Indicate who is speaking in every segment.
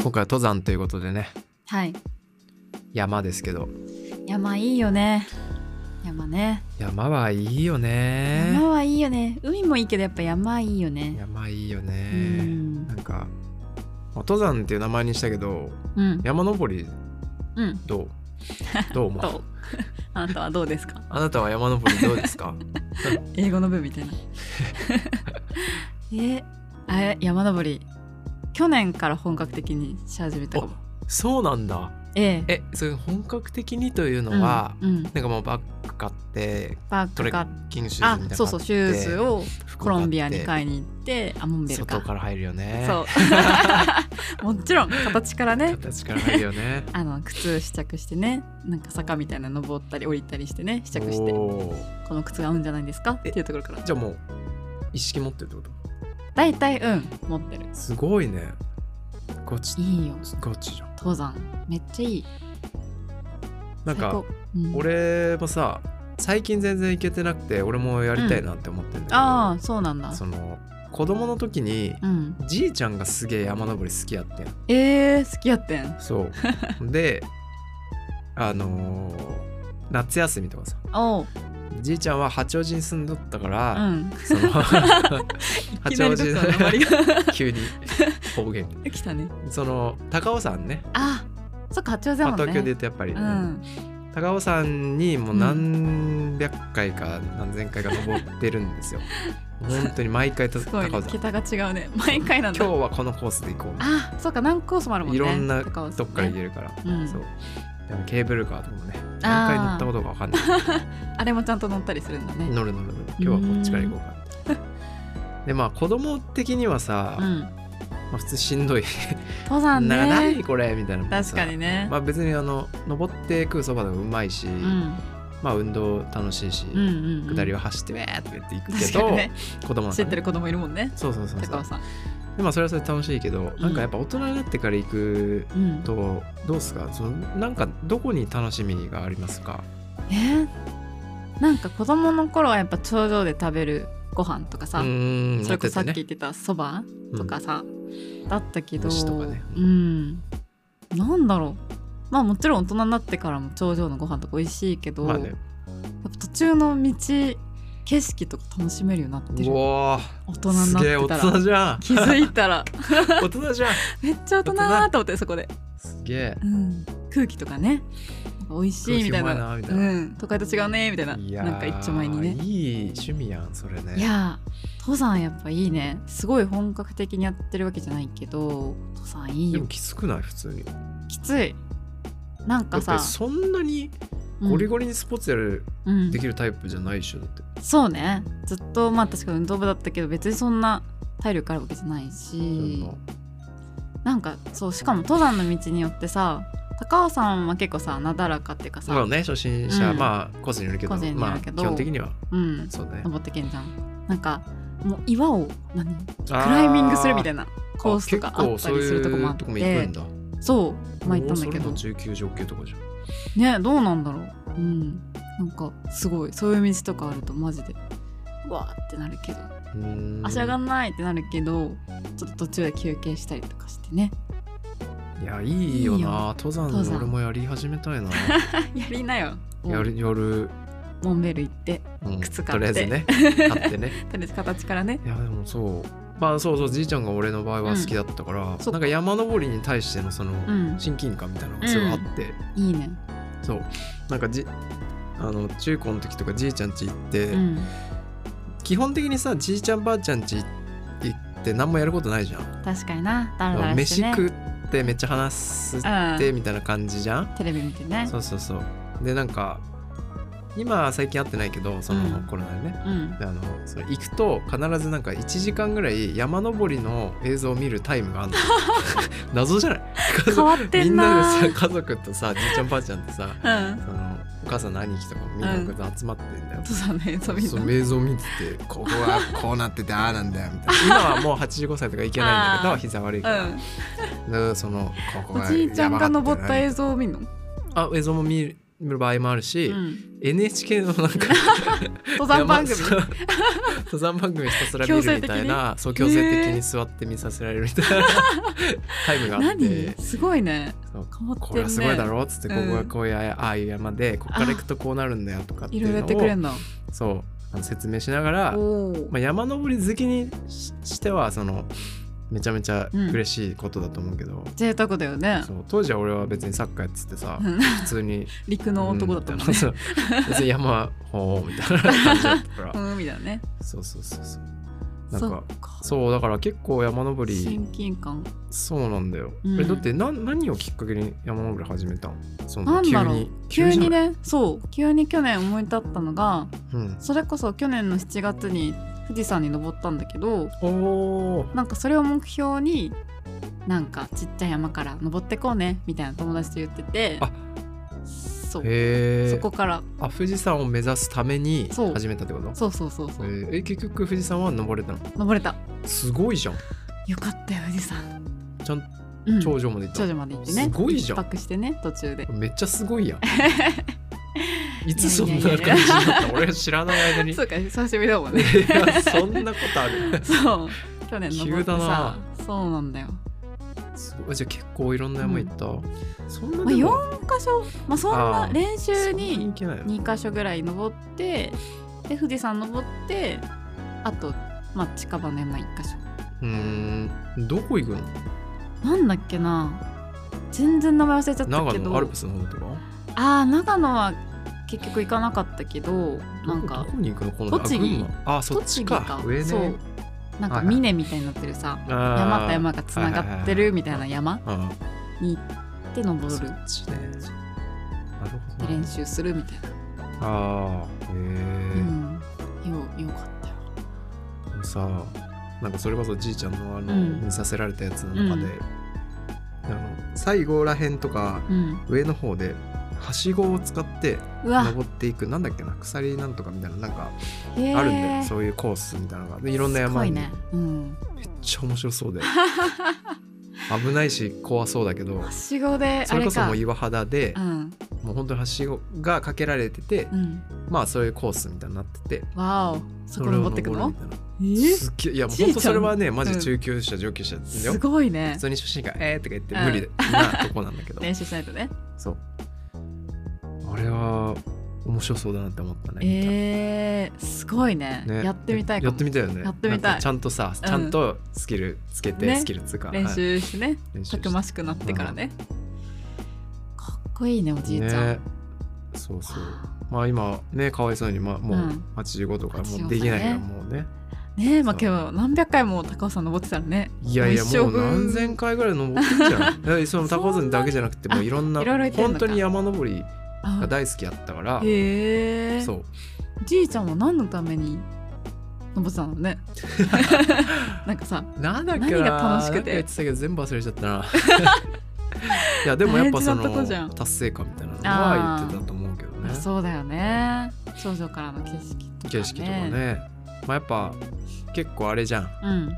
Speaker 1: 今回は登山ということでね
Speaker 2: はい
Speaker 1: 山ですけど
Speaker 2: 山いいよね山ね、
Speaker 1: 山はいいよね
Speaker 2: 山はいいよね海もいいけどやっぱ山いいよね
Speaker 1: 山いいよ
Speaker 2: う
Speaker 1: ね
Speaker 2: ん
Speaker 1: なんかまあ登山っていう名前にしたけど
Speaker 2: うん
Speaker 1: 山登り
Speaker 2: うん
Speaker 1: ど うどう思
Speaker 2: ど
Speaker 1: う
Speaker 2: う あなたはどうですか
Speaker 1: あなたは山登りどう ですか
Speaker 2: 英語の文み たいなえあ山登り去年から本格的にし始めたかも
Speaker 1: そうなんだ
Speaker 2: ええ
Speaker 1: えそれ本格的にというのは、
Speaker 2: うんうん
Speaker 1: なんかもうバッグ買って
Speaker 2: バッ
Speaker 1: ト
Speaker 2: グ
Speaker 1: レ
Speaker 2: 買っ
Speaker 1: ッキングシュー
Speaker 2: あ
Speaker 1: ズみたいなの
Speaker 2: そうそうシューズをコロンビアに
Speaker 1: い
Speaker 2: 買いに行ってアモンベル
Speaker 1: 外
Speaker 2: か
Speaker 1: から入るよね
Speaker 2: そう もちろん形からね
Speaker 1: 形から入るよね
Speaker 2: あの靴試着してねなんか坂みたいなの登ったり降りたりしてね試着して
Speaker 1: おー
Speaker 2: この靴が合うんじゃないですかっていうところから
Speaker 1: じゃあもう意識持ってるってこと
Speaker 2: 大体うん持ってる
Speaker 1: すごいねガチ
Speaker 2: いいよ
Speaker 1: ガチじゃん
Speaker 2: 登山めっちゃいい
Speaker 1: な
Speaker 2: 最
Speaker 1: んか
Speaker 2: 高うん
Speaker 1: 俺もさ最近全然行けてなくて俺もやりたいなって思ってんだけど、
Speaker 2: ああそうなんだ
Speaker 1: その子供の時に
Speaker 2: うん
Speaker 1: じいちゃんがすげえ山登り好きやってん
Speaker 2: えー、好きやってん
Speaker 1: そう であのー夏休みとかさ
Speaker 2: おう
Speaker 1: じいちゃんは八王子に住んどったか
Speaker 2: う
Speaker 1: ら、
Speaker 2: ん
Speaker 1: その
Speaker 2: いきなりどっかの名前が
Speaker 1: 急に方言
Speaker 2: 来たね
Speaker 1: その高尾山ね
Speaker 2: あそっか八王子だ
Speaker 1: まあ
Speaker 2: もんね
Speaker 1: 東京で言うとやっぱり、
Speaker 2: うん
Speaker 1: 高尾山にもう何百回か何千回か登ってるんですよ。本当に毎回た
Speaker 2: すご
Speaker 1: 高尾
Speaker 2: いね
Speaker 1: 山。今
Speaker 2: 桁が違うね毎回なん
Speaker 1: 日
Speaker 2: だ
Speaker 1: はこのコースで行こう。
Speaker 2: あそうか何コースもあるもんね
Speaker 1: いろんな
Speaker 2: 高尾山ね
Speaker 1: どっから行けるから。
Speaker 2: うん
Speaker 1: そう。でもケーブルカーとかもね、何回乗ったことかわかんない。
Speaker 2: あれもちゃんと乗ったりするんだね
Speaker 1: 乗る乗る乗る。今日はこっちから行こうか。でまあ子供的にはさ、
Speaker 2: う
Speaker 1: ま
Speaker 2: ん
Speaker 1: あ、普通しんどい。
Speaker 2: 登山
Speaker 1: な
Speaker 2: ね
Speaker 1: 何これみたいなもんさ
Speaker 2: 確かにね、
Speaker 1: まあ別にあの登って食うそばでもうまいし、
Speaker 2: うん
Speaker 1: まあ運動楽しいし、
Speaker 2: うんうんうん
Speaker 1: 下りは走ってウェーって言って行くけ
Speaker 2: 確
Speaker 1: ど、
Speaker 2: かにね
Speaker 1: 子供なん
Speaker 2: 知
Speaker 1: か
Speaker 2: ってる子供いるもんね
Speaker 1: そうそうそうそ
Speaker 2: 高
Speaker 1: う
Speaker 2: 尾さん
Speaker 1: でまあそれはそれで楽しいけど、
Speaker 2: ん
Speaker 1: なんかやっぱ大人になってから行く
Speaker 2: うん
Speaker 1: とどうですかそのなんかどこに楽しみがありますか
Speaker 2: えーなんか子供の頃はやっぱ頂上で食べるご飯とかさ、
Speaker 1: うーん
Speaker 2: それこそさっき
Speaker 1: や
Speaker 2: 言ってたそば
Speaker 1: て
Speaker 2: と
Speaker 1: た
Speaker 2: か
Speaker 1: ね
Speaker 2: さ、だったけど
Speaker 1: 虫とかね
Speaker 2: うんなんだろうまあもちろん大人になってからも頂上のご飯とか美味しいけ
Speaker 1: う
Speaker 2: ど、
Speaker 1: んまあ
Speaker 2: や
Speaker 1: ね
Speaker 2: っぱ途中の道景色とか楽しめるようになって
Speaker 1: う
Speaker 2: る
Speaker 1: わ
Speaker 2: 大人
Speaker 1: ー
Speaker 2: に
Speaker 1: す
Speaker 2: なっ
Speaker 1: げえ
Speaker 2: て
Speaker 1: 大
Speaker 2: たら
Speaker 1: 人じゃん
Speaker 2: 気づいたら
Speaker 1: 大人じゃん
Speaker 2: めっちゃ大人だと思ってそこで、
Speaker 1: すげえ
Speaker 2: うん、空気とかねなんか美味しいみたいな
Speaker 1: 空気うまいなみたいな
Speaker 2: うん、都会と違うねみたいない
Speaker 1: やー
Speaker 2: なんか一丁前にね
Speaker 1: いい趣味やんそれね
Speaker 2: いやー登山やっぱいいねすごい本格的にやってるわけじゃないけど登山いい
Speaker 1: で
Speaker 2: よ
Speaker 1: もきつくない普通にだ
Speaker 2: きついなんか
Speaker 1: って
Speaker 2: さ
Speaker 1: そんなにゴリゴリにスポーツやる、
Speaker 2: うんうん
Speaker 1: できるタイプじゃないでしょだって
Speaker 2: そうねずっとまあ確か運動部だったけど別にそんな体力あるわけじゃないしなんかそうしかも登山の道によってさ高尾山は結構さなだらかっていうか
Speaker 1: ま
Speaker 2: さ
Speaker 1: あ、ね初心者、
Speaker 2: うん
Speaker 1: まあ個人によるけど
Speaker 2: 個人によ
Speaker 1: まあ
Speaker 2: るけど
Speaker 1: 基本的には
Speaker 2: うん、
Speaker 1: そうね
Speaker 2: 登ってけんじゃんなんかもう岩を何
Speaker 1: ク
Speaker 2: クライミングするみた
Speaker 1: い
Speaker 2: いなコースとかあったりするとこもあって
Speaker 1: そういうとこも行くん
Speaker 2: そう
Speaker 1: だ
Speaker 2: まあ行ったんだけ
Speaker 1: お
Speaker 2: ど
Speaker 1: ーそれも中級上級とかじゃん
Speaker 2: ねどうなんだろううんなんかすごいそういう道とかあるとマジでうわーってなるけど
Speaker 1: うーん
Speaker 2: 足上がんないってなるけどちょっと途中で休憩したりとかしてね
Speaker 1: いやいいよ
Speaker 2: いいよ
Speaker 1: な登山
Speaker 2: 登山
Speaker 1: 俺もやり始めたい
Speaker 2: や
Speaker 1: な
Speaker 2: りなよ
Speaker 1: やる夜、
Speaker 2: モンベル行って
Speaker 1: うん、
Speaker 2: 靴
Speaker 1: と
Speaker 2: 買
Speaker 1: りあ
Speaker 2: っ
Speaker 1: えず
Speaker 2: て
Speaker 1: ね買ってね
Speaker 2: とりあえず形からね
Speaker 1: いやでもそうまあそうそうじいちゃんが俺の場合は好きだったから、
Speaker 2: そっか
Speaker 1: なんか山登りに対してのその
Speaker 2: うん
Speaker 1: 親近感みたいなのがすごいあって、
Speaker 2: いいね
Speaker 1: そうなんかじあの中高の時とかじいちゃん家行って、
Speaker 2: うん
Speaker 1: 基本的にさじいちゃんばあちゃん家行って何もやることないじゃん
Speaker 2: 確かになだらだらし
Speaker 1: 飯
Speaker 2: てね
Speaker 1: 食ってめっちゃ話すってみたいな感じじゃん、
Speaker 2: テレビ見てね
Speaker 1: そうそうそうでなんか今は最近会ってないけどその
Speaker 2: うん
Speaker 1: コロナでね、
Speaker 2: うん
Speaker 1: であのそれ行くと必ずなんか1時間ぐらい山登りの映像を見るタイム があるの謎じゃない家
Speaker 2: 変
Speaker 1: 族
Speaker 2: わって
Speaker 1: み
Speaker 2: ん
Speaker 1: んな
Speaker 2: な
Speaker 1: でさ家族とさじいちゃんばあちゃんってさ
Speaker 2: うん
Speaker 1: そのお母さんの兄貴とかみんなが集まってんだよ、
Speaker 2: そうだねそうみん
Speaker 1: そ
Speaker 2: な
Speaker 1: う映像見ててここはこうなっててああなんだよみたいな今はもう85歳とかいけないんだけ
Speaker 2: あー
Speaker 1: ど膝悪いから、
Speaker 2: うん
Speaker 1: でそのここ
Speaker 2: お
Speaker 1: が
Speaker 2: じいちゃんが登った
Speaker 1: や
Speaker 2: 映像を見んの
Speaker 1: ばかったなあ映像も見る場合もあるし、
Speaker 2: うん
Speaker 1: NHK のなん か
Speaker 2: 登山番組
Speaker 1: 山 登山番組ひたすら見るみたいなそう強
Speaker 2: 強制
Speaker 1: 制
Speaker 2: 的に
Speaker 1: 的に座って見させられるみた いなタイムがあっ
Speaker 2: 何
Speaker 1: て
Speaker 2: すごいね
Speaker 1: そう
Speaker 2: 変わってるね
Speaker 1: これはすごいだろうっつって、
Speaker 2: うん
Speaker 1: ここがこういうあああいう山でここから行くとこうなるんだよとかって
Speaker 2: い
Speaker 1: い
Speaker 2: ろいろ
Speaker 1: う
Speaker 2: や
Speaker 1: の
Speaker 2: ってくれ
Speaker 1: を
Speaker 2: んだ
Speaker 1: そうあの説明しながら、
Speaker 2: おー
Speaker 1: まあ、山登り好きにししてはそのめちゃめちゃ嬉しいことだと思うけど、
Speaker 2: 贅沢だよね
Speaker 1: そう当時は俺は別にサッカーやっててさ、
Speaker 2: うん
Speaker 1: 普通に
Speaker 2: 陸 の男だったもんね
Speaker 1: うん別に山ほうみたいな感じだったから、
Speaker 2: うん海だね
Speaker 1: そうそうそうそうなん
Speaker 2: そっ
Speaker 1: か
Speaker 2: か
Speaker 1: そうだから結構山登り
Speaker 2: 親近感
Speaker 1: そうなんだよ、
Speaker 2: うん
Speaker 1: えだってな何をきっかけに山登り始めたのその
Speaker 2: なんだろう急
Speaker 1: じゃ
Speaker 2: に
Speaker 1: ない、
Speaker 2: ねそう急に去年思い立ったのが
Speaker 1: うん、
Speaker 2: それこそ去年の7月に富士山に登ったんだけど
Speaker 1: おー
Speaker 2: なんかそれを目標になんかちっちゃい山から登ってこうねみたいな友達と言ってて
Speaker 1: あ
Speaker 2: そう
Speaker 1: へえ
Speaker 2: そこから
Speaker 1: あ富士山を目指すために
Speaker 2: そう
Speaker 1: 始めたってこと
Speaker 2: そうそうそうそう、
Speaker 1: えーえ結局富士山は登れたの
Speaker 2: 登れた
Speaker 1: すごいじゃん
Speaker 2: よかったよ富士山、
Speaker 1: ちゃん
Speaker 2: うん、
Speaker 1: 頂上まで行った
Speaker 2: 頂、上まで行ってね
Speaker 1: すごいじゃん
Speaker 2: 一泊してね途中で
Speaker 1: めっちゃすごいやん いつそんない
Speaker 2: や
Speaker 1: 感
Speaker 2: い
Speaker 1: じ
Speaker 2: やいや
Speaker 1: にな った俺は知らない間に
Speaker 2: そうか久しぶりだもんね
Speaker 1: いや そんなことある
Speaker 2: そう去年登って
Speaker 1: 急
Speaker 2: さ
Speaker 1: だな
Speaker 2: そうなんだよ、
Speaker 1: すごいじゃあ結構いろんな山行った、そんな
Speaker 2: まあ、
Speaker 1: でも
Speaker 2: 4箇所、まあ、そん
Speaker 1: あ
Speaker 2: な
Speaker 1: ー
Speaker 2: 練習
Speaker 1: そんな
Speaker 2: に
Speaker 1: 行けないの
Speaker 2: 2箇所ぐらい登ってで富士山登ってあと、まあ、近場の山1箇所
Speaker 1: うーんどこ行くの
Speaker 2: なんだっけな全然名前忘れちゃった
Speaker 1: 長
Speaker 2: けど
Speaker 1: 野アルプスの方とか
Speaker 2: ああ長野は結局行かなかったけどなん
Speaker 1: ど
Speaker 2: か
Speaker 1: こどこに行くのこの
Speaker 2: 栃木
Speaker 1: あ群馬あそっち
Speaker 2: 栃木
Speaker 1: か
Speaker 2: か
Speaker 1: 上ね
Speaker 2: そうなんか
Speaker 1: はいはい
Speaker 2: 峰みたいになってるさ、山
Speaker 1: 山
Speaker 2: と山がつながってるみたいな山
Speaker 1: あ
Speaker 2: に行って
Speaker 1: ー
Speaker 2: 登
Speaker 1: そ
Speaker 2: る
Speaker 1: っちねなるほ
Speaker 2: で
Speaker 1: どな
Speaker 2: 練習するみたいな、
Speaker 1: ああへえ、
Speaker 2: うんよよかったよ
Speaker 1: でもさなんかそれこそじいちゃんのあの、
Speaker 2: うん
Speaker 1: 見させられたやつの中で、
Speaker 2: う
Speaker 1: あの最後らへんとか
Speaker 2: うん
Speaker 1: 上の方ではしごを使って
Speaker 2: うわ
Speaker 1: 登っていくなんだっけな鎖なんとかみたいななんか
Speaker 2: へー
Speaker 1: あるんだよそういうコースみたいなのがでいろんな
Speaker 2: すご
Speaker 1: 山
Speaker 2: い
Speaker 1: に、
Speaker 2: ね、うん、
Speaker 1: めっちゃ面 白そうで危ないし怖そうだけど
Speaker 2: はしごで
Speaker 1: そ
Speaker 2: あ
Speaker 1: れ
Speaker 2: れ
Speaker 1: こそ
Speaker 2: か
Speaker 1: もう岩肌で
Speaker 2: うん
Speaker 1: もう本当にはしごがかけられてて、
Speaker 2: うん
Speaker 1: まあそういうコースみたいになってて
Speaker 2: わおそこ登ってく
Speaker 1: それ
Speaker 2: の
Speaker 1: を登るみたいな
Speaker 2: え
Speaker 1: すっげえいやもう
Speaker 2: じいちゃん
Speaker 1: 本当それはねマジ中級者、上級者ですよ
Speaker 2: すごいね
Speaker 1: 普通に初心者が「えー」とか言って
Speaker 2: うん
Speaker 1: 無理で、なとこなんだけど、
Speaker 2: 練習しないとね
Speaker 1: そうあれは面白そうだなって思ったね見た
Speaker 2: えー、すごいね
Speaker 1: ね
Speaker 2: やってみたいか
Speaker 1: や
Speaker 2: も
Speaker 1: ってみたいよね
Speaker 2: やってみたい
Speaker 1: なんかちゃんとさちゃんとスキルつけて、
Speaker 2: ね
Speaker 1: スキルつうか
Speaker 2: 練
Speaker 1: はい
Speaker 2: 習してね、
Speaker 1: 練習
Speaker 2: た
Speaker 1: して
Speaker 2: くましくなってからね、かっこいいねおじいちゃん、
Speaker 1: ねそうそうまあ今ねかわいそうに、まあ、もう
Speaker 2: うん
Speaker 1: 85とか
Speaker 2: 85
Speaker 1: もうできないから
Speaker 2: ね
Speaker 1: もうね
Speaker 2: ねえまあ
Speaker 1: そう
Speaker 2: けど何百回も高尾山登ってたらね
Speaker 1: いやいや
Speaker 2: 一生
Speaker 1: もう
Speaker 2: 分
Speaker 1: 何千回ぐらい登って んじゃないだからその高尾山だけじゃなくてもういろんな
Speaker 2: あいろいろ行ってんの
Speaker 1: 本
Speaker 2: か
Speaker 1: 当に山登り
Speaker 2: あ
Speaker 1: が大好きやったから
Speaker 2: へえ
Speaker 1: そう
Speaker 2: じいちゃんは何のために登ってたの ねなんかさ
Speaker 1: なんだっけな
Speaker 2: 何が楽しくて
Speaker 1: なんか言ってたけど全部忘れちゃったな いやでもやっぱそ
Speaker 2: 大事なとこじゃん
Speaker 1: の達成感みたいなのは言ってたと思うけどね
Speaker 2: そうだよね頂上からの景色とかね
Speaker 1: 景色とかねまあやっぱ結構あれじゃん
Speaker 2: うん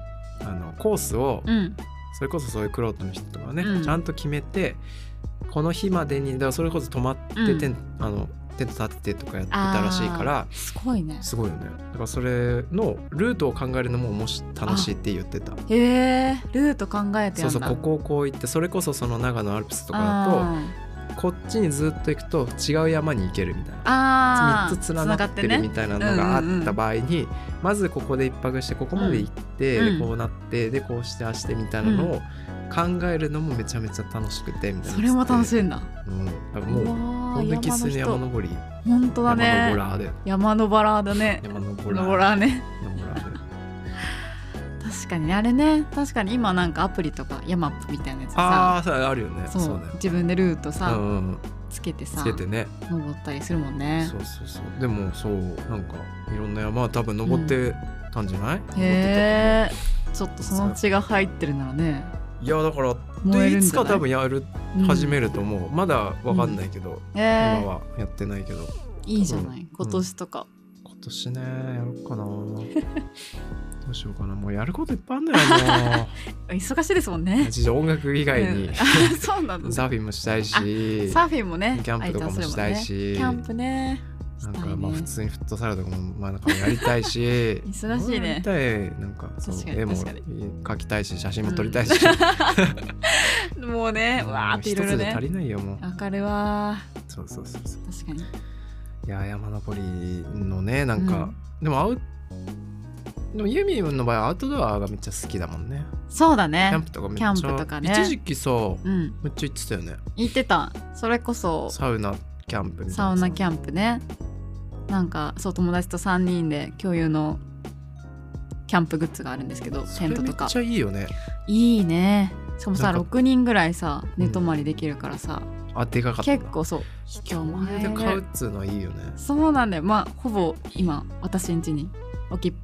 Speaker 1: あのコースを
Speaker 2: うん
Speaker 1: それこそそういうクロートの人とかね、
Speaker 2: うん
Speaker 1: ちゃんと決めてこの日までにだからそれこそ泊まって
Speaker 2: うん
Speaker 1: テン,、あのテント立ててとかやってたらしいから
Speaker 2: すごいね
Speaker 1: すごいよねだからそれのルートを考えるのももし楽しいって言ってた
Speaker 2: へえルート考えてや
Speaker 1: そうん
Speaker 2: だ
Speaker 1: そうここをこう行ってそれこそその長野アルプスとかだと
Speaker 2: あー
Speaker 1: こっちにずっと行くと違う山に行けるみたいな
Speaker 2: あ
Speaker 1: 3つ連なってるみたいなのがあった場合に、まずここで一泊してここまで行って、
Speaker 2: うん
Speaker 1: でこうなってでこうしてああしてみたいなのを考えるのもめちゃめちゃ楽しくてみたいな
Speaker 2: それも楽
Speaker 1: い、
Speaker 2: しいんだ
Speaker 1: うん、だからもう
Speaker 2: わ
Speaker 1: ほん
Speaker 2: ー
Speaker 1: とキスに
Speaker 2: 山
Speaker 1: 山
Speaker 2: の人
Speaker 1: 登り
Speaker 2: 本当だ
Speaker 1: 山登
Speaker 2: ね
Speaker 1: らーで
Speaker 2: 山のバラーだね
Speaker 1: 山登らー
Speaker 2: 登らーね
Speaker 1: 山登らーで
Speaker 2: 確かにねあれね確かに今なんかアプリとかヤマップみたいなやつ
Speaker 1: あ
Speaker 2: さ
Speaker 1: あそうあるよね
Speaker 2: そ
Speaker 1: そううだよ
Speaker 2: 自分でルート
Speaker 1: う
Speaker 2: さ、
Speaker 1: んうんうん
Speaker 2: つけてさ
Speaker 1: つけてね
Speaker 2: 登ったりするもんね
Speaker 1: そうそうそうでもそうなんかいろんな山は多分登ってたんじゃない、登って
Speaker 2: へえちょっとその血が入ってるならね
Speaker 1: たいやだから
Speaker 2: 燃え
Speaker 1: で
Speaker 2: る
Speaker 1: い
Speaker 2: ん
Speaker 1: つ
Speaker 2: じゃ
Speaker 1: か
Speaker 2: ない
Speaker 1: 多分やる始めると思う、まだわかんないけど、
Speaker 2: うん、
Speaker 1: 今
Speaker 2: え
Speaker 1: はやってないけど
Speaker 2: いいじゃない
Speaker 1: うん
Speaker 2: 今年とか、
Speaker 1: 今年ねやろうかなどうしようかなもうやることいっぱいあんだよ も
Speaker 2: 忙しいですもん
Speaker 1: う
Speaker 2: ね
Speaker 1: ちょっと音楽以外に
Speaker 2: うんあそうな の、ね、サ
Speaker 1: サーフィンもしたいし
Speaker 2: ーフィンもね
Speaker 1: キャンプとかもしたい
Speaker 2: あ
Speaker 1: し、
Speaker 2: ちゃんすればねキャンプね
Speaker 1: な
Speaker 2: した
Speaker 1: ん
Speaker 2: い
Speaker 1: か
Speaker 2: ね
Speaker 1: まあ普通にフットサルとかもまあなんかやりたいし
Speaker 2: 忙しいね
Speaker 1: やりたいなんかそう
Speaker 2: 確かに
Speaker 1: 絵も
Speaker 2: 確かに
Speaker 1: 描きたい し写真も撮りたいし、
Speaker 2: もうね
Speaker 1: もう
Speaker 2: わーってい
Speaker 1: 一
Speaker 2: ろいろ
Speaker 1: つで
Speaker 2: ね
Speaker 1: 足りないよもう
Speaker 2: わかるわ
Speaker 1: そうそうそうそう
Speaker 2: ー確かに
Speaker 1: いやー山登りのねなんか、でもアウでもユミの場合アウトドアがめっちゃ好きだもんね
Speaker 2: そうだ
Speaker 1: キ
Speaker 2: ね
Speaker 1: ャンプとかめっちゃ
Speaker 2: キャンプとかね
Speaker 1: 一時期さ
Speaker 2: うん
Speaker 1: めっちゃ行ってたよね
Speaker 2: 言ってたそれこそ
Speaker 1: サウナキャンプみたいな
Speaker 2: サウナキ
Speaker 1: ン
Speaker 2: ャンプねなんかそう友達と3人で共有のキャンプグッズがあるんですけどテントと
Speaker 1: め
Speaker 2: か
Speaker 1: っちゃいいよね
Speaker 2: いいねしかもさ
Speaker 1: なんか
Speaker 2: 6人ぐらいさ
Speaker 1: うん
Speaker 2: 寝泊まりできるからさ、
Speaker 1: あでかかった
Speaker 2: 結構そう秘境も入
Speaker 1: で
Speaker 2: れ
Speaker 1: 買うっ
Speaker 2: る
Speaker 1: つうのはいいよね
Speaker 2: そうなんだよまあほぼ今私ん家に置き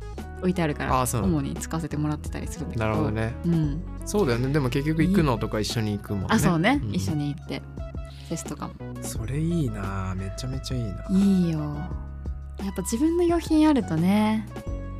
Speaker 2: 置いてあるから
Speaker 1: あそうなんだ
Speaker 2: 主に使わせてもらってたりするんだけど
Speaker 1: なるほどね
Speaker 2: うん、
Speaker 1: そうだよねでも結局行くのとか一緒に行くもんね
Speaker 2: あそうね、
Speaker 1: ん
Speaker 2: 一緒に行ってフェスとかも
Speaker 1: それいいなめちゃめちゃいいない
Speaker 2: いよやっぱ自分の用品あるとね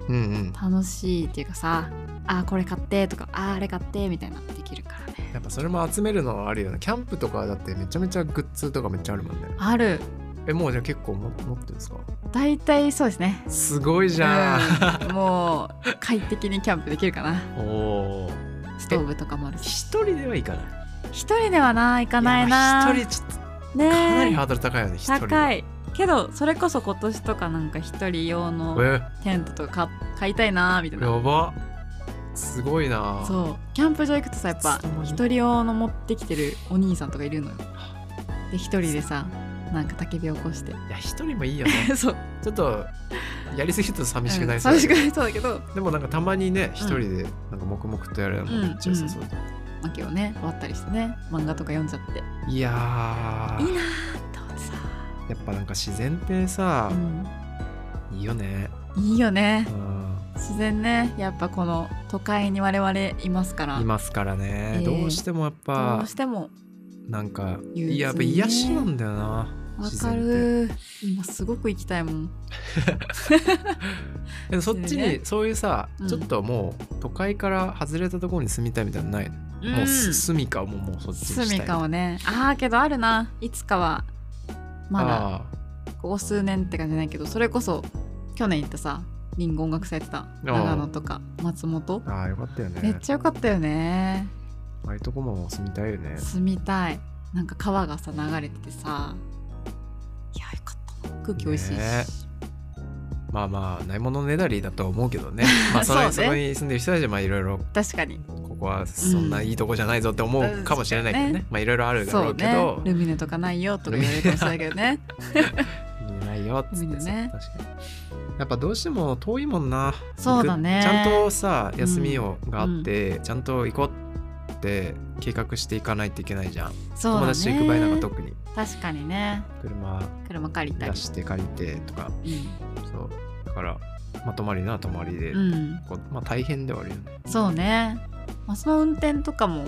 Speaker 1: うんうん
Speaker 2: 楽しいっていうかさあこれ買ってとかああれ買ってみたいなできるからね
Speaker 1: やっぱそれも集めるのはあるよねキャンプとかだってめちゃめちゃグッズとかめっちゃあるもんね
Speaker 2: ある
Speaker 1: えもうじゃあ結構も持ってるんですか
Speaker 2: 大体そうですね
Speaker 1: すごいじゃん、
Speaker 2: うんもう快適にキャンプできるかな
Speaker 1: おお
Speaker 2: ストーブとかもあるし
Speaker 1: 一人ではいかない
Speaker 2: 一人ではな行かないな
Speaker 1: や一人ちょっと
Speaker 2: ね
Speaker 1: かなりハードル高いよね一人
Speaker 2: 高
Speaker 1: い
Speaker 2: いけどそれこそ今年とかなんか一人用の
Speaker 1: え
Speaker 2: テントとか買買いたいなみたいな
Speaker 1: やばすごいな
Speaker 2: そうキャンプ場行くとさやっぱ一人用の持ってきてるお兄さんとかいるのよで一人でさなんか焚き火起こして
Speaker 1: いや一人もいいよね
Speaker 2: そう
Speaker 1: ちょっとやりすぎると寂しくなり
Speaker 2: うん
Speaker 1: そうだ
Speaker 2: 寂
Speaker 1: け
Speaker 2: し
Speaker 1: ど
Speaker 2: くなりそうだけど
Speaker 1: でもなんかたまにね一人でなんか黙々とやるのもめっちゃ良さそうだ、
Speaker 2: まあ今日ね終わったりしてね漫画とか読んじゃって
Speaker 1: いやー
Speaker 2: いいなーと思ってさ、
Speaker 1: やっぱなんか自然ってさ
Speaker 2: う、ん、
Speaker 1: いいよね、
Speaker 2: いいよね
Speaker 1: うん、
Speaker 2: 自然ねやっぱこの都会に我々いますから
Speaker 1: いますからね、
Speaker 2: えー
Speaker 1: どうしてもやっ
Speaker 2: ど
Speaker 1: ぱ
Speaker 2: うしても
Speaker 1: なんか
Speaker 2: 憂鬱に
Speaker 1: いややっぱ癒しなんだよな
Speaker 2: わ
Speaker 1: 自
Speaker 2: か
Speaker 1: 然って
Speaker 2: る今すごく行きたいもん
Speaker 1: でもそっち
Speaker 2: 自然ね
Speaker 1: にそういうさ、
Speaker 2: うん
Speaker 1: ちょっともう都会から外れたところに住みたいみたいなのないの、もうす住みかももうそっちにしたい
Speaker 2: 住みかをねああけどあるないつかはまだ
Speaker 1: あ
Speaker 2: ここ数年って感じじゃないけどそれこそ去年行ったさリンゴ音楽祭やってた長野とか松本
Speaker 1: ーあーよかったよ
Speaker 2: めっ
Speaker 1: ね
Speaker 2: ちゃ良かったよね
Speaker 1: ああいうとこも住みたいよね
Speaker 2: 住みたいなんか川がさ流れててさいやよかった空気美味しいし、
Speaker 1: ねまあまあないものねだりだとは思うけど ねまあその
Speaker 2: そ
Speaker 1: そう
Speaker 2: ね
Speaker 1: こに住んでる人たちはまあいろいろ
Speaker 2: 確かに
Speaker 1: ここはそんないいとこじゃないぞって思うかもしれないけどね,、
Speaker 2: うん
Speaker 1: まあいろいろあるだ
Speaker 2: そ
Speaker 1: ろ
Speaker 2: う
Speaker 1: うけ
Speaker 2: ね
Speaker 1: ど、
Speaker 2: ルミネとかないよとか言われるかもしれないけど ね
Speaker 1: いいないよっつっ
Speaker 2: 海
Speaker 1: て
Speaker 2: の
Speaker 1: さ、
Speaker 2: ね
Speaker 1: 確かにやっぱどうしても遠いもんな
Speaker 2: そうだね
Speaker 1: 行くちゃんとさ休みを、があって、ちゃんと行こうって計画していかないといけないじゃん、
Speaker 2: そうだね
Speaker 1: 友達と行く場合なんか特に
Speaker 2: 確かにね
Speaker 1: 車
Speaker 2: 車借りたり
Speaker 1: 出、して借りてとかそうだからまあ泊まりなら泊まりで、
Speaker 2: うんうん、
Speaker 1: こうまあ大変ではあるよね
Speaker 2: そうね、まあ、その運転とかも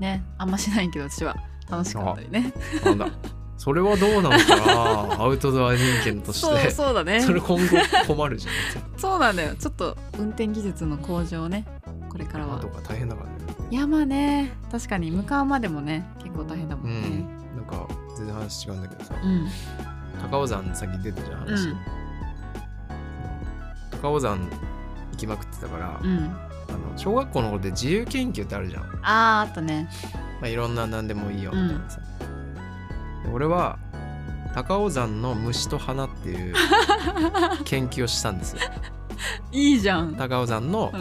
Speaker 2: ねあんましないけど私は楽しかったりね
Speaker 1: なんだ それはどうなのか なアウトドア人間として
Speaker 2: そうそうだ ね
Speaker 1: それ今後 困るじゃ
Speaker 2: そうなんだよちょっと運転技術の向上ねこれから
Speaker 1: ん
Speaker 2: は
Speaker 1: とか大変だからね
Speaker 2: 山ね確かに向かうまでもね結構大変だも
Speaker 1: うん
Speaker 2: ね
Speaker 1: んなんか全然話違うんだけどさ
Speaker 2: うん
Speaker 1: 高尾山先出たじゃん
Speaker 2: う
Speaker 1: 話、
Speaker 2: ん
Speaker 1: 高尾山行きまくってたから、
Speaker 2: うん、
Speaker 1: あの小学校の頃で自由研究ってあるじゃん、ま
Speaker 2: あーあとね
Speaker 1: あ、いろんな何でもいいよみたいなさ、で俺は高尾山の虫と花っていう 研究をしたんですよ
Speaker 2: いいじゃん、うん、
Speaker 1: 高尾山の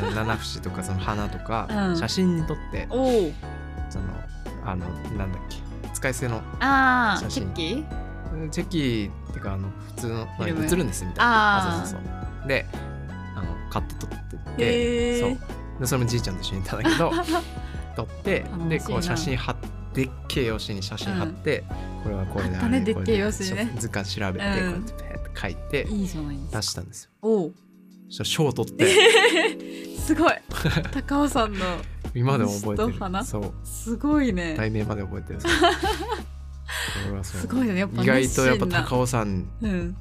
Speaker 1: その七節とかその花とか
Speaker 2: うん
Speaker 1: 写真に撮って、
Speaker 2: おお
Speaker 1: そのあのなんだっけ使い捨ての
Speaker 2: ああ
Speaker 1: 写
Speaker 2: チ
Speaker 1: 真
Speaker 2: ェッキ
Speaker 1: チェキってかあの普通の
Speaker 2: フィルム
Speaker 1: 映るんですみたいな
Speaker 2: あー
Speaker 1: そうそうそうであの買って撮ってって
Speaker 2: へえ
Speaker 1: そうでそれもじいちゃんと一緒にいたん だけど撮って
Speaker 2: 楽しいな
Speaker 1: でこう写真貼ってでっけえ用紙に写真貼って、これはこれで
Speaker 2: あった
Speaker 1: あ
Speaker 2: ね
Speaker 1: れでこれで
Speaker 2: でっけえ用紙ね
Speaker 1: そう図鑑調べてこう
Speaker 2: う
Speaker 1: や
Speaker 2: ん
Speaker 1: ってペーって書いて
Speaker 2: いいじゃないですか
Speaker 1: 出したんですよ。
Speaker 2: おお
Speaker 1: そしたら賞を取って
Speaker 2: すごい高尾山の
Speaker 1: 今でも覚えて
Speaker 2: 虫と花
Speaker 1: るそう
Speaker 2: すごいね
Speaker 1: 題名まで覚えて るそう俺はそう
Speaker 2: すごいねやっぱ
Speaker 1: 意外とやっぱ
Speaker 2: 熱心な
Speaker 1: 高尾山
Speaker 2: うん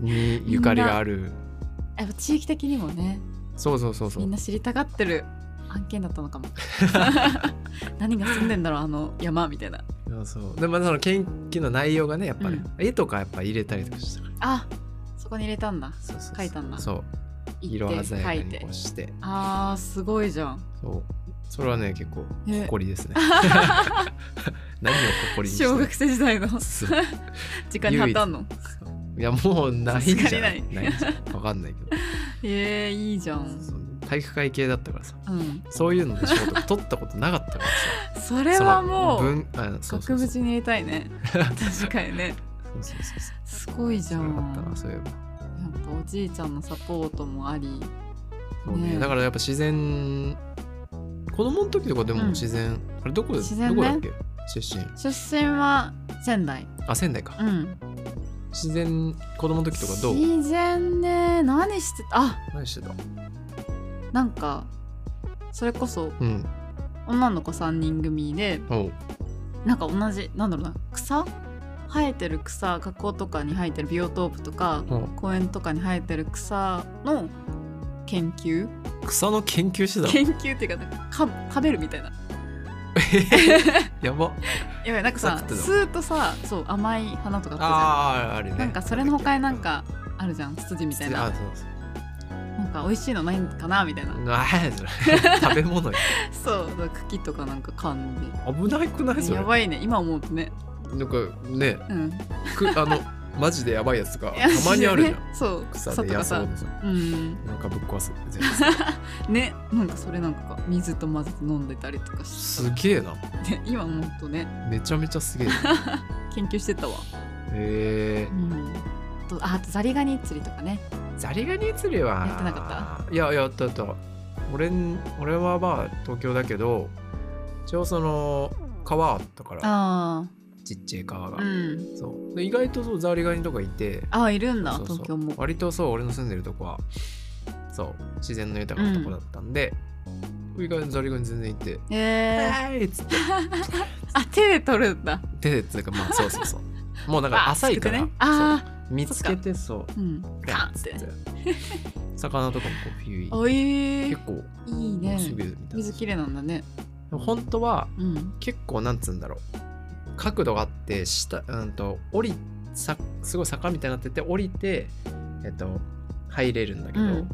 Speaker 1: にゆかりがある
Speaker 2: やっぱ地域的にもね
Speaker 1: そうそうそうそ
Speaker 2: みん
Speaker 1: う
Speaker 2: な知りたがってる案件だったの かも何が住んでんだろうあの山みたいな
Speaker 1: そうそうでもその研究の内容がねやっぱね、絵とかやっぱ入れたりとかしたから
Speaker 2: あそこに入れたんだ
Speaker 1: そうそうそう
Speaker 2: 書いたんだ
Speaker 1: そう
Speaker 2: 行
Speaker 1: 色
Speaker 2: って
Speaker 1: 鮮や
Speaker 2: 書
Speaker 1: か
Speaker 2: い
Speaker 1: に
Speaker 2: て
Speaker 1: こうして
Speaker 2: あーすごいじゃん
Speaker 1: そうそれはね結構
Speaker 2: ね
Speaker 1: 誇りです ね何を誇りにしてる
Speaker 2: 小学生時代の
Speaker 1: そう
Speaker 2: 時間に貼ったの
Speaker 1: いやもうないんじ
Speaker 2: さす
Speaker 1: ゃ
Speaker 2: が
Speaker 1: な
Speaker 2: に
Speaker 1: い
Speaker 2: な
Speaker 1: ないいんじゃないわかんないけど
Speaker 2: えー、いいじゃん
Speaker 1: そう体育会系だったからさ
Speaker 2: うん
Speaker 1: そういうので仕事取ったことなかったからさ
Speaker 2: それはも
Speaker 1: そうの文あそうそ
Speaker 2: 額
Speaker 1: うそう
Speaker 2: 縁に入れたい ね確かにね
Speaker 1: そうそうそうそう
Speaker 2: すごいじゃん
Speaker 1: それよかったなそういえば
Speaker 2: やっぱおじいちゃんのサポートもあり
Speaker 1: そうね
Speaker 2: ねえ
Speaker 1: だからやっぱ自然子供の時とかで
Speaker 2: うん
Speaker 1: も自然、あれどこで、
Speaker 2: 自然ね
Speaker 1: どこだっけ出身
Speaker 2: 出身は仙台
Speaker 1: あ仙台か、
Speaker 2: うん
Speaker 1: 自然子供の時とかどう
Speaker 2: 自然ね何してたあ
Speaker 1: 何してた
Speaker 2: なんかそれこそ
Speaker 1: うん
Speaker 2: 女の子3人組で
Speaker 1: おう
Speaker 2: なんか同じなんだろうな草生えてる草学校とかに生えてるビオトープとか
Speaker 1: おう
Speaker 2: 公園とかに生えてる草の研究
Speaker 1: 草の研究してたの
Speaker 2: 研究っていうかなんかか食べるみたいな
Speaker 1: やば
Speaker 2: やばいなんか
Speaker 1: 草
Speaker 2: さ
Speaker 1: 食ってたの
Speaker 2: スーッとさそう甘い花とかあっ
Speaker 1: あーあ
Speaker 2: た
Speaker 1: るね
Speaker 2: じゃんなんかそれの他になんかあるじゃんツツジみたい
Speaker 1: あ
Speaker 2: な
Speaker 1: そうそう
Speaker 2: なんか美味しいのないんかなみたいな
Speaker 1: あーそれ 食べ物よ
Speaker 2: そう茎とかなんか噛んで
Speaker 1: 危なくないそれ
Speaker 2: やばいね今思うとね
Speaker 1: なんかね
Speaker 2: うん
Speaker 1: く あのマジでやばいやつとかたまにあるじゃ ん、
Speaker 2: そう
Speaker 1: 草
Speaker 2: 草
Speaker 1: で
Speaker 2: とか
Speaker 1: 野草
Speaker 2: さ
Speaker 1: でさ
Speaker 2: うん
Speaker 1: なんかぶっ壊す全部
Speaker 2: ねなんかそれなんか水と混ぜて飲んでたりとかして
Speaker 1: すげえな
Speaker 2: たね 今思うとね
Speaker 1: めちゃめちゃすげえな
Speaker 2: 研究してたわ
Speaker 1: へえ
Speaker 2: うんあとああとザリガニ釣りとかね
Speaker 1: ザリガニ釣りは
Speaker 2: やってなか
Speaker 1: ったいややったやった俺ん俺はまあ東京だけど一応その川あったから
Speaker 2: あ
Speaker 1: ちっちゃい川
Speaker 2: あう
Speaker 1: が、
Speaker 2: ん
Speaker 1: そうで意外とそうザリガニとかいて
Speaker 2: あいるんだ
Speaker 1: そうそう
Speaker 2: 東京も
Speaker 1: 割とそう俺の住んでるとこはそう自然の豊かなとこだったんで、意外とザリガニ全然いて
Speaker 2: え
Speaker 1: 「
Speaker 2: え
Speaker 1: はい!」っつって
Speaker 2: あ手で取るんだ
Speaker 1: 手でつうかまあそうそうそう もうだから
Speaker 2: あ
Speaker 1: 浅いから、
Speaker 2: すくねあ
Speaker 1: そう見つけてそう
Speaker 2: あうん
Speaker 1: ガ
Speaker 2: カン
Speaker 1: ンっ
Speaker 2: っ
Speaker 1: つってて魚とかもこうピュイ
Speaker 2: おい
Speaker 1: 結構
Speaker 2: いいね
Speaker 1: すぐみたいな
Speaker 2: 水きれいなんだね
Speaker 1: でも本当は
Speaker 2: うん
Speaker 1: 結構なんつうんだろう角度があって下うんと降りさすごい坂みたいになってて降りてえっと入れるんだけど、
Speaker 2: うん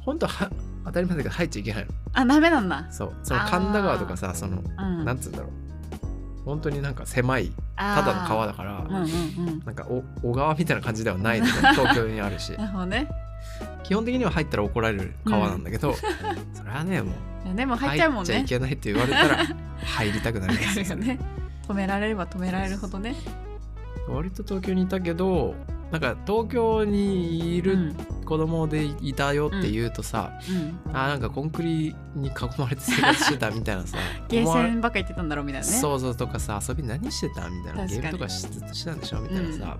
Speaker 1: 本当は当たり前だけど入っちゃいけないの
Speaker 2: あダメなんだ
Speaker 1: そうその神田川とかさその
Speaker 2: うん
Speaker 1: なんつうんだろう本当になんか狭い
Speaker 2: あ
Speaker 1: ただの
Speaker 2: ー
Speaker 1: 川だから、
Speaker 2: うんうんうん
Speaker 1: なんかお小川みたいな感じではな いのが東京にあるし
Speaker 2: なるほどね
Speaker 1: 基本的には入ったら怒られる川なんだけど、それはねもう
Speaker 2: いやでも入っちゃうも
Speaker 1: 入
Speaker 2: ん
Speaker 1: っちゃい
Speaker 2: ね
Speaker 1: けないって言われたら 入りたくな
Speaker 2: わ
Speaker 1: り
Speaker 2: か
Speaker 1: ます
Speaker 2: るよ
Speaker 1: よね
Speaker 2: ね止められれば止められるほどね
Speaker 1: 割と東京にいたけどなんか東京にいる子供でいたよって言うとさ、
Speaker 2: うんうん
Speaker 1: あーなんかコンクリに囲まれて生活してたみたいなさ
Speaker 2: ゲー
Speaker 1: 思わ
Speaker 2: セ
Speaker 1: れ
Speaker 2: ンばっか言ってたんだろうみたいなね
Speaker 1: そうそうとかさ遊び何してたみた
Speaker 2: 確
Speaker 1: い
Speaker 2: か
Speaker 1: な
Speaker 2: に
Speaker 1: ゲームとかしてしてたんでしょみたいなさ、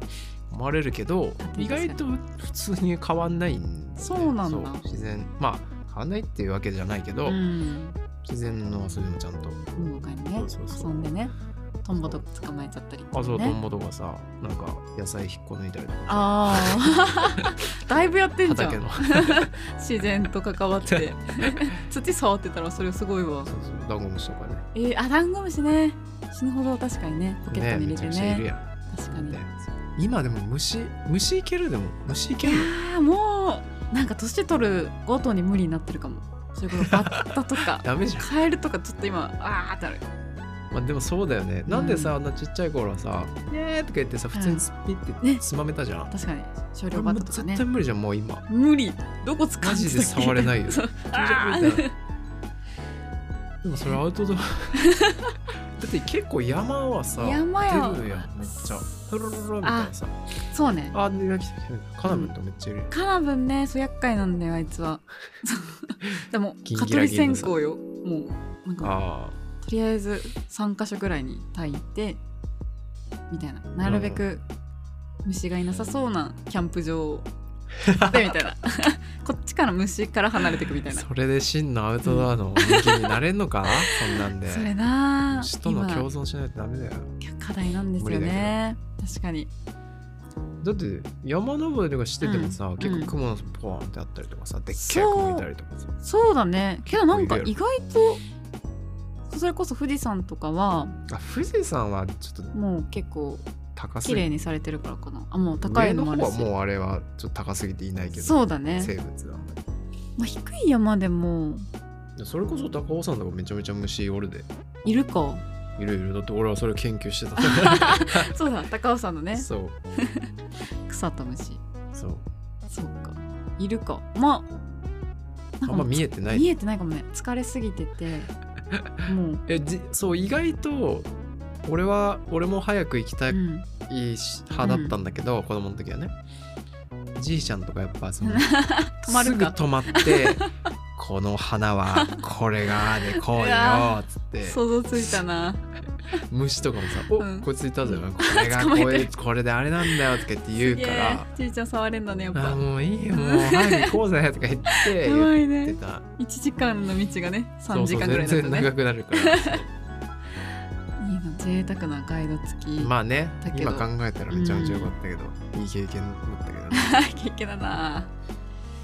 Speaker 1: 思われるけど
Speaker 2: 確かに
Speaker 1: 意外と普通に変わんないんだよね
Speaker 2: そうなんだ
Speaker 1: そう自然まあ変わんないっていうわけじゃないけど、
Speaker 2: うん
Speaker 1: 自然の遊びもちゃんと
Speaker 2: 運動会にね
Speaker 1: そうそうそう
Speaker 2: 遊んでねトンボとか捕まえちゃったりとか
Speaker 1: あそうトン
Speaker 2: ね
Speaker 1: ボとかさなんか野菜引っこ抜いたりとか
Speaker 2: ああ だいぶやってんじゃ
Speaker 1: 畑
Speaker 2: ん
Speaker 1: の
Speaker 2: 自然と関わって 土触ってたらそれすごいわ
Speaker 1: そうそうダンゴムシとか ね
Speaker 2: えー、あダンゴムシね死ぬほど確かにねポケットに入れて
Speaker 1: めちゃ
Speaker 2: ね
Speaker 1: くちゃいるやん
Speaker 2: 確かに
Speaker 1: ね今でも虫虫いけるでも虫いけるの
Speaker 2: あーもうなんか年取るごとに無理になってるかもそれこそバッタとか
Speaker 1: ダメじゃん、
Speaker 2: カエルとかちょっと今あーってなる
Speaker 1: まあ、でもそうだよねなんでさ、
Speaker 2: うん
Speaker 1: あんなちっちゃい頃はさ「イエーイ!」とか言ってさ普通にスピっ
Speaker 2: ね
Speaker 1: てつまめたじゃん、
Speaker 2: 確かに少
Speaker 1: 俺
Speaker 2: 量
Speaker 1: も
Speaker 2: バ
Speaker 1: う
Speaker 2: ッタとか
Speaker 1: 絶
Speaker 2: ね
Speaker 1: 対無理じゃんもう今
Speaker 2: 無理どこ使うん
Speaker 1: マジで触れ ないよ
Speaker 2: そう
Speaker 1: ゃ
Speaker 2: あ
Speaker 1: 無理だ
Speaker 2: ー
Speaker 1: でもそれアウ トドアだって結構山はさ
Speaker 2: 山やわ
Speaker 1: 出るやんめっちゃトロロロみたいなさ
Speaker 2: そうね
Speaker 1: あで来た来た来たカナブンとめっちゃいる、
Speaker 2: カナブンねそう厄介なんだよあいつ はでも
Speaker 1: ギン
Speaker 2: 蚊
Speaker 1: ギ
Speaker 2: 取
Speaker 1: ラ
Speaker 2: り
Speaker 1: ギン
Speaker 2: 線
Speaker 1: のさ
Speaker 2: 香よもうなんか
Speaker 1: あ
Speaker 2: とりあえず3箇所ぐらいに炊いてみたいななるべく虫がいなさそうなキャンプ場でみたいな こっちから虫から離れていくみた
Speaker 1: あ
Speaker 2: いな
Speaker 1: それで真のアウト ドアの人気になれんのかそんなんで
Speaker 2: それなあ
Speaker 1: 虫との
Speaker 2: 今
Speaker 1: 共存しないとダメだよ
Speaker 2: 課題なんですよ
Speaker 1: 無理
Speaker 2: ね確かに
Speaker 1: だって山登りとかしててもさ、
Speaker 2: うん
Speaker 1: 結構雲のポワンってあったりとかさ、でっけえ雲いたりとかさ
Speaker 2: そうだねけどなんか
Speaker 1: 結構
Speaker 2: 意外とそれこそ富士山とかは
Speaker 1: あ富士山はちょっと
Speaker 2: もう結構
Speaker 1: 高すぎ
Speaker 2: 綺麗にされてるからかなあもう高いのもある
Speaker 1: 上の
Speaker 2: し
Speaker 1: 方はもうあれはちょっと高すぎていないけど
Speaker 2: そうだね
Speaker 1: 生物はあんまり
Speaker 2: まあ、低い山でも
Speaker 1: いやそれこそ高尾山とかめちゃめちゃ虫おるで
Speaker 2: いる か
Speaker 1: いろいろだって俺はそれを研究してた
Speaker 2: そうだ高尾山のね
Speaker 1: そう
Speaker 2: 草った虫
Speaker 1: そう
Speaker 2: そうかいるかまあな
Speaker 1: あんま見
Speaker 2: え
Speaker 1: えてない
Speaker 2: 見えてないかもね疲れすぎて てもう
Speaker 1: えじそう意外と俺は俺も早く行きたい
Speaker 2: うん
Speaker 1: 派だったんだけど、子供の時はねじいちゃんとかやっ ぱその
Speaker 2: 止まる
Speaker 1: すぐ
Speaker 2: か
Speaker 1: 止まってこの花はこれ がでこ
Speaker 2: う
Speaker 1: うでよ
Speaker 2: わ
Speaker 1: っつって
Speaker 2: 想像ついたな
Speaker 1: 虫とかもさ「お、
Speaker 2: うん
Speaker 1: こいついたじゃんこれが
Speaker 2: 捕まえ
Speaker 1: こ
Speaker 2: て
Speaker 1: れこれであれなんだよ」とか言って言うから
Speaker 2: すげえじいちゃん触れんだねやっ
Speaker 1: 「あー
Speaker 2: ぱ
Speaker 1: もういいよもう早く行こうぜ」とか言って
Speaker 2: やばい
Speaker 1: 言って
Speaker 2: ね
Speaker 1: た
Speaker 2: 1時間の道がね
Speaker 1: そ
Speaker 2: 3
Speaker 1: う
Speaker 2: 時
Speaker 1: そう
Speaker 2: 間ぐらい
Speaker 1: 全
Speaker 2: だった
Speaker 1: 然
Speaker 2: ね
Speaker 1: 長くなるから そ
Speaker 2: い
Speaker 1: う
Speaker 2: いな贅沢なガイド付き、
Speaker 1: まあね
Speaker 2: だけど
Speaker 1: 今考えたらめちゃめちゃ良かったけど、いい経験だったけどね
Speaker 2: 経験だな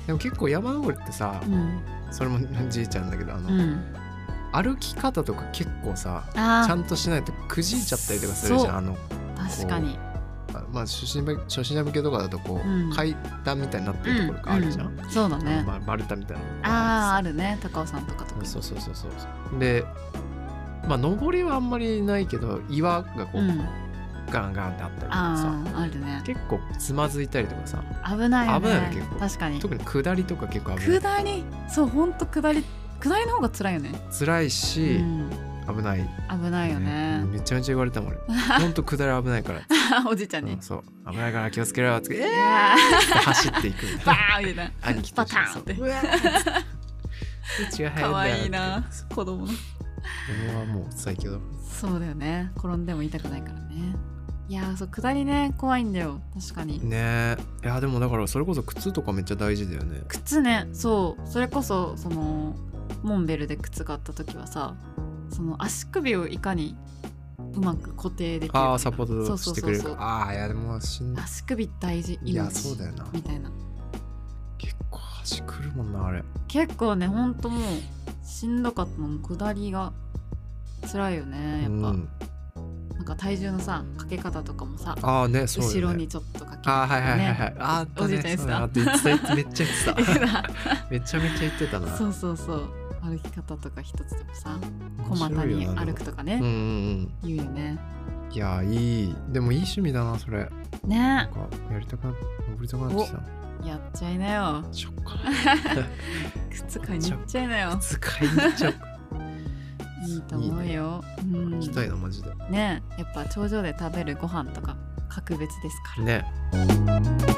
Speaker 1: でも結構山登りってさ、
Speaker 2: うん、
Speaker 1: それもじいちゃんだけどあの、
Speaker 2: うん、
Speaker 1: 歩き方とか結構さ
Speaker 2: あ
Speaker 1: ちゃ
Speaker 2: ー
Speaker 1: んとしないとくじいちゃったりとかするじ
Speaker 2: そう
Speaker 1: ゃんあの
Speaker 2: 確かに
Speaker 1: あまあ初心者初心者向けとかだとこう、
Speaker 2: うん
Speaker 1: 階段みたいになってるところがあるじゃん、
Speaker 2: うそうだ
Speaker 1: あの
Speaker 2: ね
Speaker 1: まあ、丸太みたいな
Speaker 2: あーあ
Speaker 1: あ
Speaker 2: るね高尾さんとかとか
Speaker 1: そうそうそうそうそうでまあ登りはあんまりないけど岩がこう、
Speaker 2: うん
Speaker 1: ガンガンってあったりとか
Speaker 2: あ
Speaker 1: さ
Speaker 2: ああるね
Speaker 1: 結構つまずいたりとかさ
Speaker 2: 危ないよね
Speaker 1: 危ないよ結構
Speaker 2: 確かに
Speaker 1: 特に下りとか結構危ない
Speaker 2: 下りそうほんと下り下りの方が辛いよね、
Speaker 1: 辛いうし、
Speaker 2: ん、
Speaker 1: 危ない、
Speaker 2: 危ないよね
Speaker 1: うんめちゃめちゃ言われたもん 俺ほんと下り危ないから
Speaker 2: おじいちゃん
Speaker 1: う
Speaker 2: に
Speaker 1: ん、そう危ないから気をつけろよつけてえ
Speaker 2: い
Speaker 1: ー
Speaker 2: や
Speaker 1: って走っていくみ
Speaker 2: ー
Speaker 1: た
Speaker 2: バ
Speaker 1: い
Speaker 2: ー
Speaker 1: な
Speaker 2: ンみたいな
Speaker 1: 兄貴
Speaker 2: バ
Speaker 1: と一
Speaker 2: タ
Speaker 1: 緒に
Speaker 2: ーンって
Speaker 1: そううわーっつってうちが入るんだよ
Speaker 2: 可愛いな子供の
Speaker 1: 俺はもう最強だ
Speaker 2: そうだよね転んでも痛くないからねいやーそう下りね怖いんだよ確かに
Speaker 1: ねえいやでもだからそれこそ靴とかめっちゃ大事だよね
Speaker 2: 靴ねそうそれこそそのモンベルで靴があった時はさその足首をいかにうまく固定できるか
Speaker 1: ああサポー
Speaker 2: そ
Speaker 1: ト
Speaker 2: うそ
Speaker 1: し
Speaker 2: う
Speaker 1: て
Speaker 2: そ
Speaker 1: く
Speaker 2: う
Speaker 1: れる
Speaker 2: そう
Speaker 1: ああいやでもしん
Speaker 2: 足首大事
Speaker 1: いやそうだよな
Speaker 2: みたいな
Speaker 1: 結構足くるもんなあれ
Speaker 2: 結構ねほんともうしんどかったのも下りが辛いよねやっぱ、
Speaker 1: うん、
Speaker 2: なんか体重のさかけ方とかもさ、
Speaker 1: ああねそうよね
Speaker 2: 後ろにちょっとかけると
Speaker 1: あ
Speaker 2: か
Speaker 1: あはいはいはいはい、
Speaker 2: ね
Speaker 1: ああったね
Speaker 2: おじいちゃん言ってた
Speaker 1: そうだ言ってた言ってためっちゃ言 ってためちゃめちゃ言ってたな
Speaker 2: そうそうそう歩き方とか一つでもさ小
Speaker 1: 面
Speaker 2: 股
Speaker 1: 白い
Speaker 2: に
Speaker 1: よな
Speaker 2: 歩くとか
Speaker 1: うん
Speaker 2: ね、
Speaker 1: うん
Speaker 2: 言うよね
Speaker 1: うんいやいいでもいい趣味だなそれな
Speaker 2: ね
Speaker 1: んかやりたくな登りたくなってきた
Speaker 2: やっちゃいなよ
Speaker 1: しよっかな
Speaker 2: 靴買いに行っちゃいなよ
Speaker 1: 使いに行っちゃうか
Speaker 2: いいと思うようん
Speaker 1: 行きたいなマジで
Speaker 2: ねやっぱ頂上で食べるご飯とか格別ですから
Speaker 1: ね